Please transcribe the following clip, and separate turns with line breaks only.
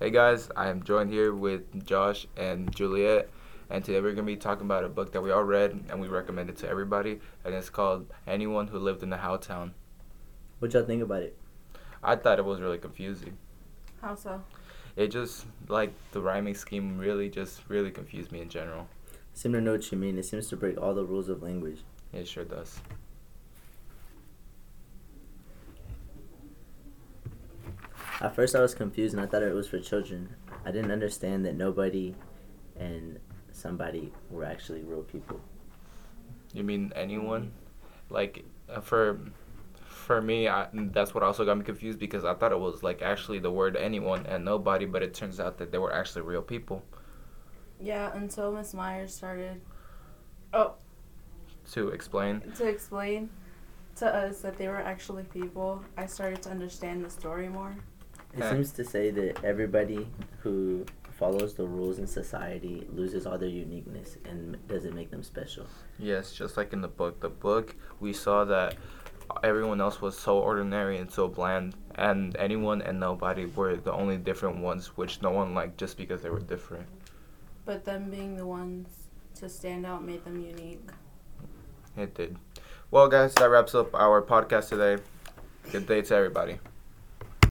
Hey guys, I am joined here with Josh and Juliet, and today we're going to be talking about a book that we all read and we recommend it to everybody, and it's called Anyone Who Lived in the How Town.
What y'all think about it?
I thought it was really confusing.
How so?
It just, like, the rhyming scheme really just really confused me in general.
I seem to know what you mean. It seems to break all the rules of language.
It sure does.
At first, I was confused and I thought it was for children. I didn't understand that nobody and somebody were actually real people.
You mean anyone? Like, uh, for for me, I, that's what also got me confused because I thought it was, like, actually the word anyone and nobody, but it turns out that they were actually real people.
Yeah, until Miss Myers started oh
To explain,
to explain to us that they were actually people, I started to understand the story more.
It
Huh.
seems to say that everybody who follows the rules in society loses all their uniqueness and doesn't make them special.
Yes, just like in the book. The book, we saw that everyone else was so ordinary and so bland, and anyone and nobody were the only different ones, which no one liked just because they were different.
But them being the ones to stand out made them unique.
It did. Well, guys, that wraps up our podcast today. Good day to everybody.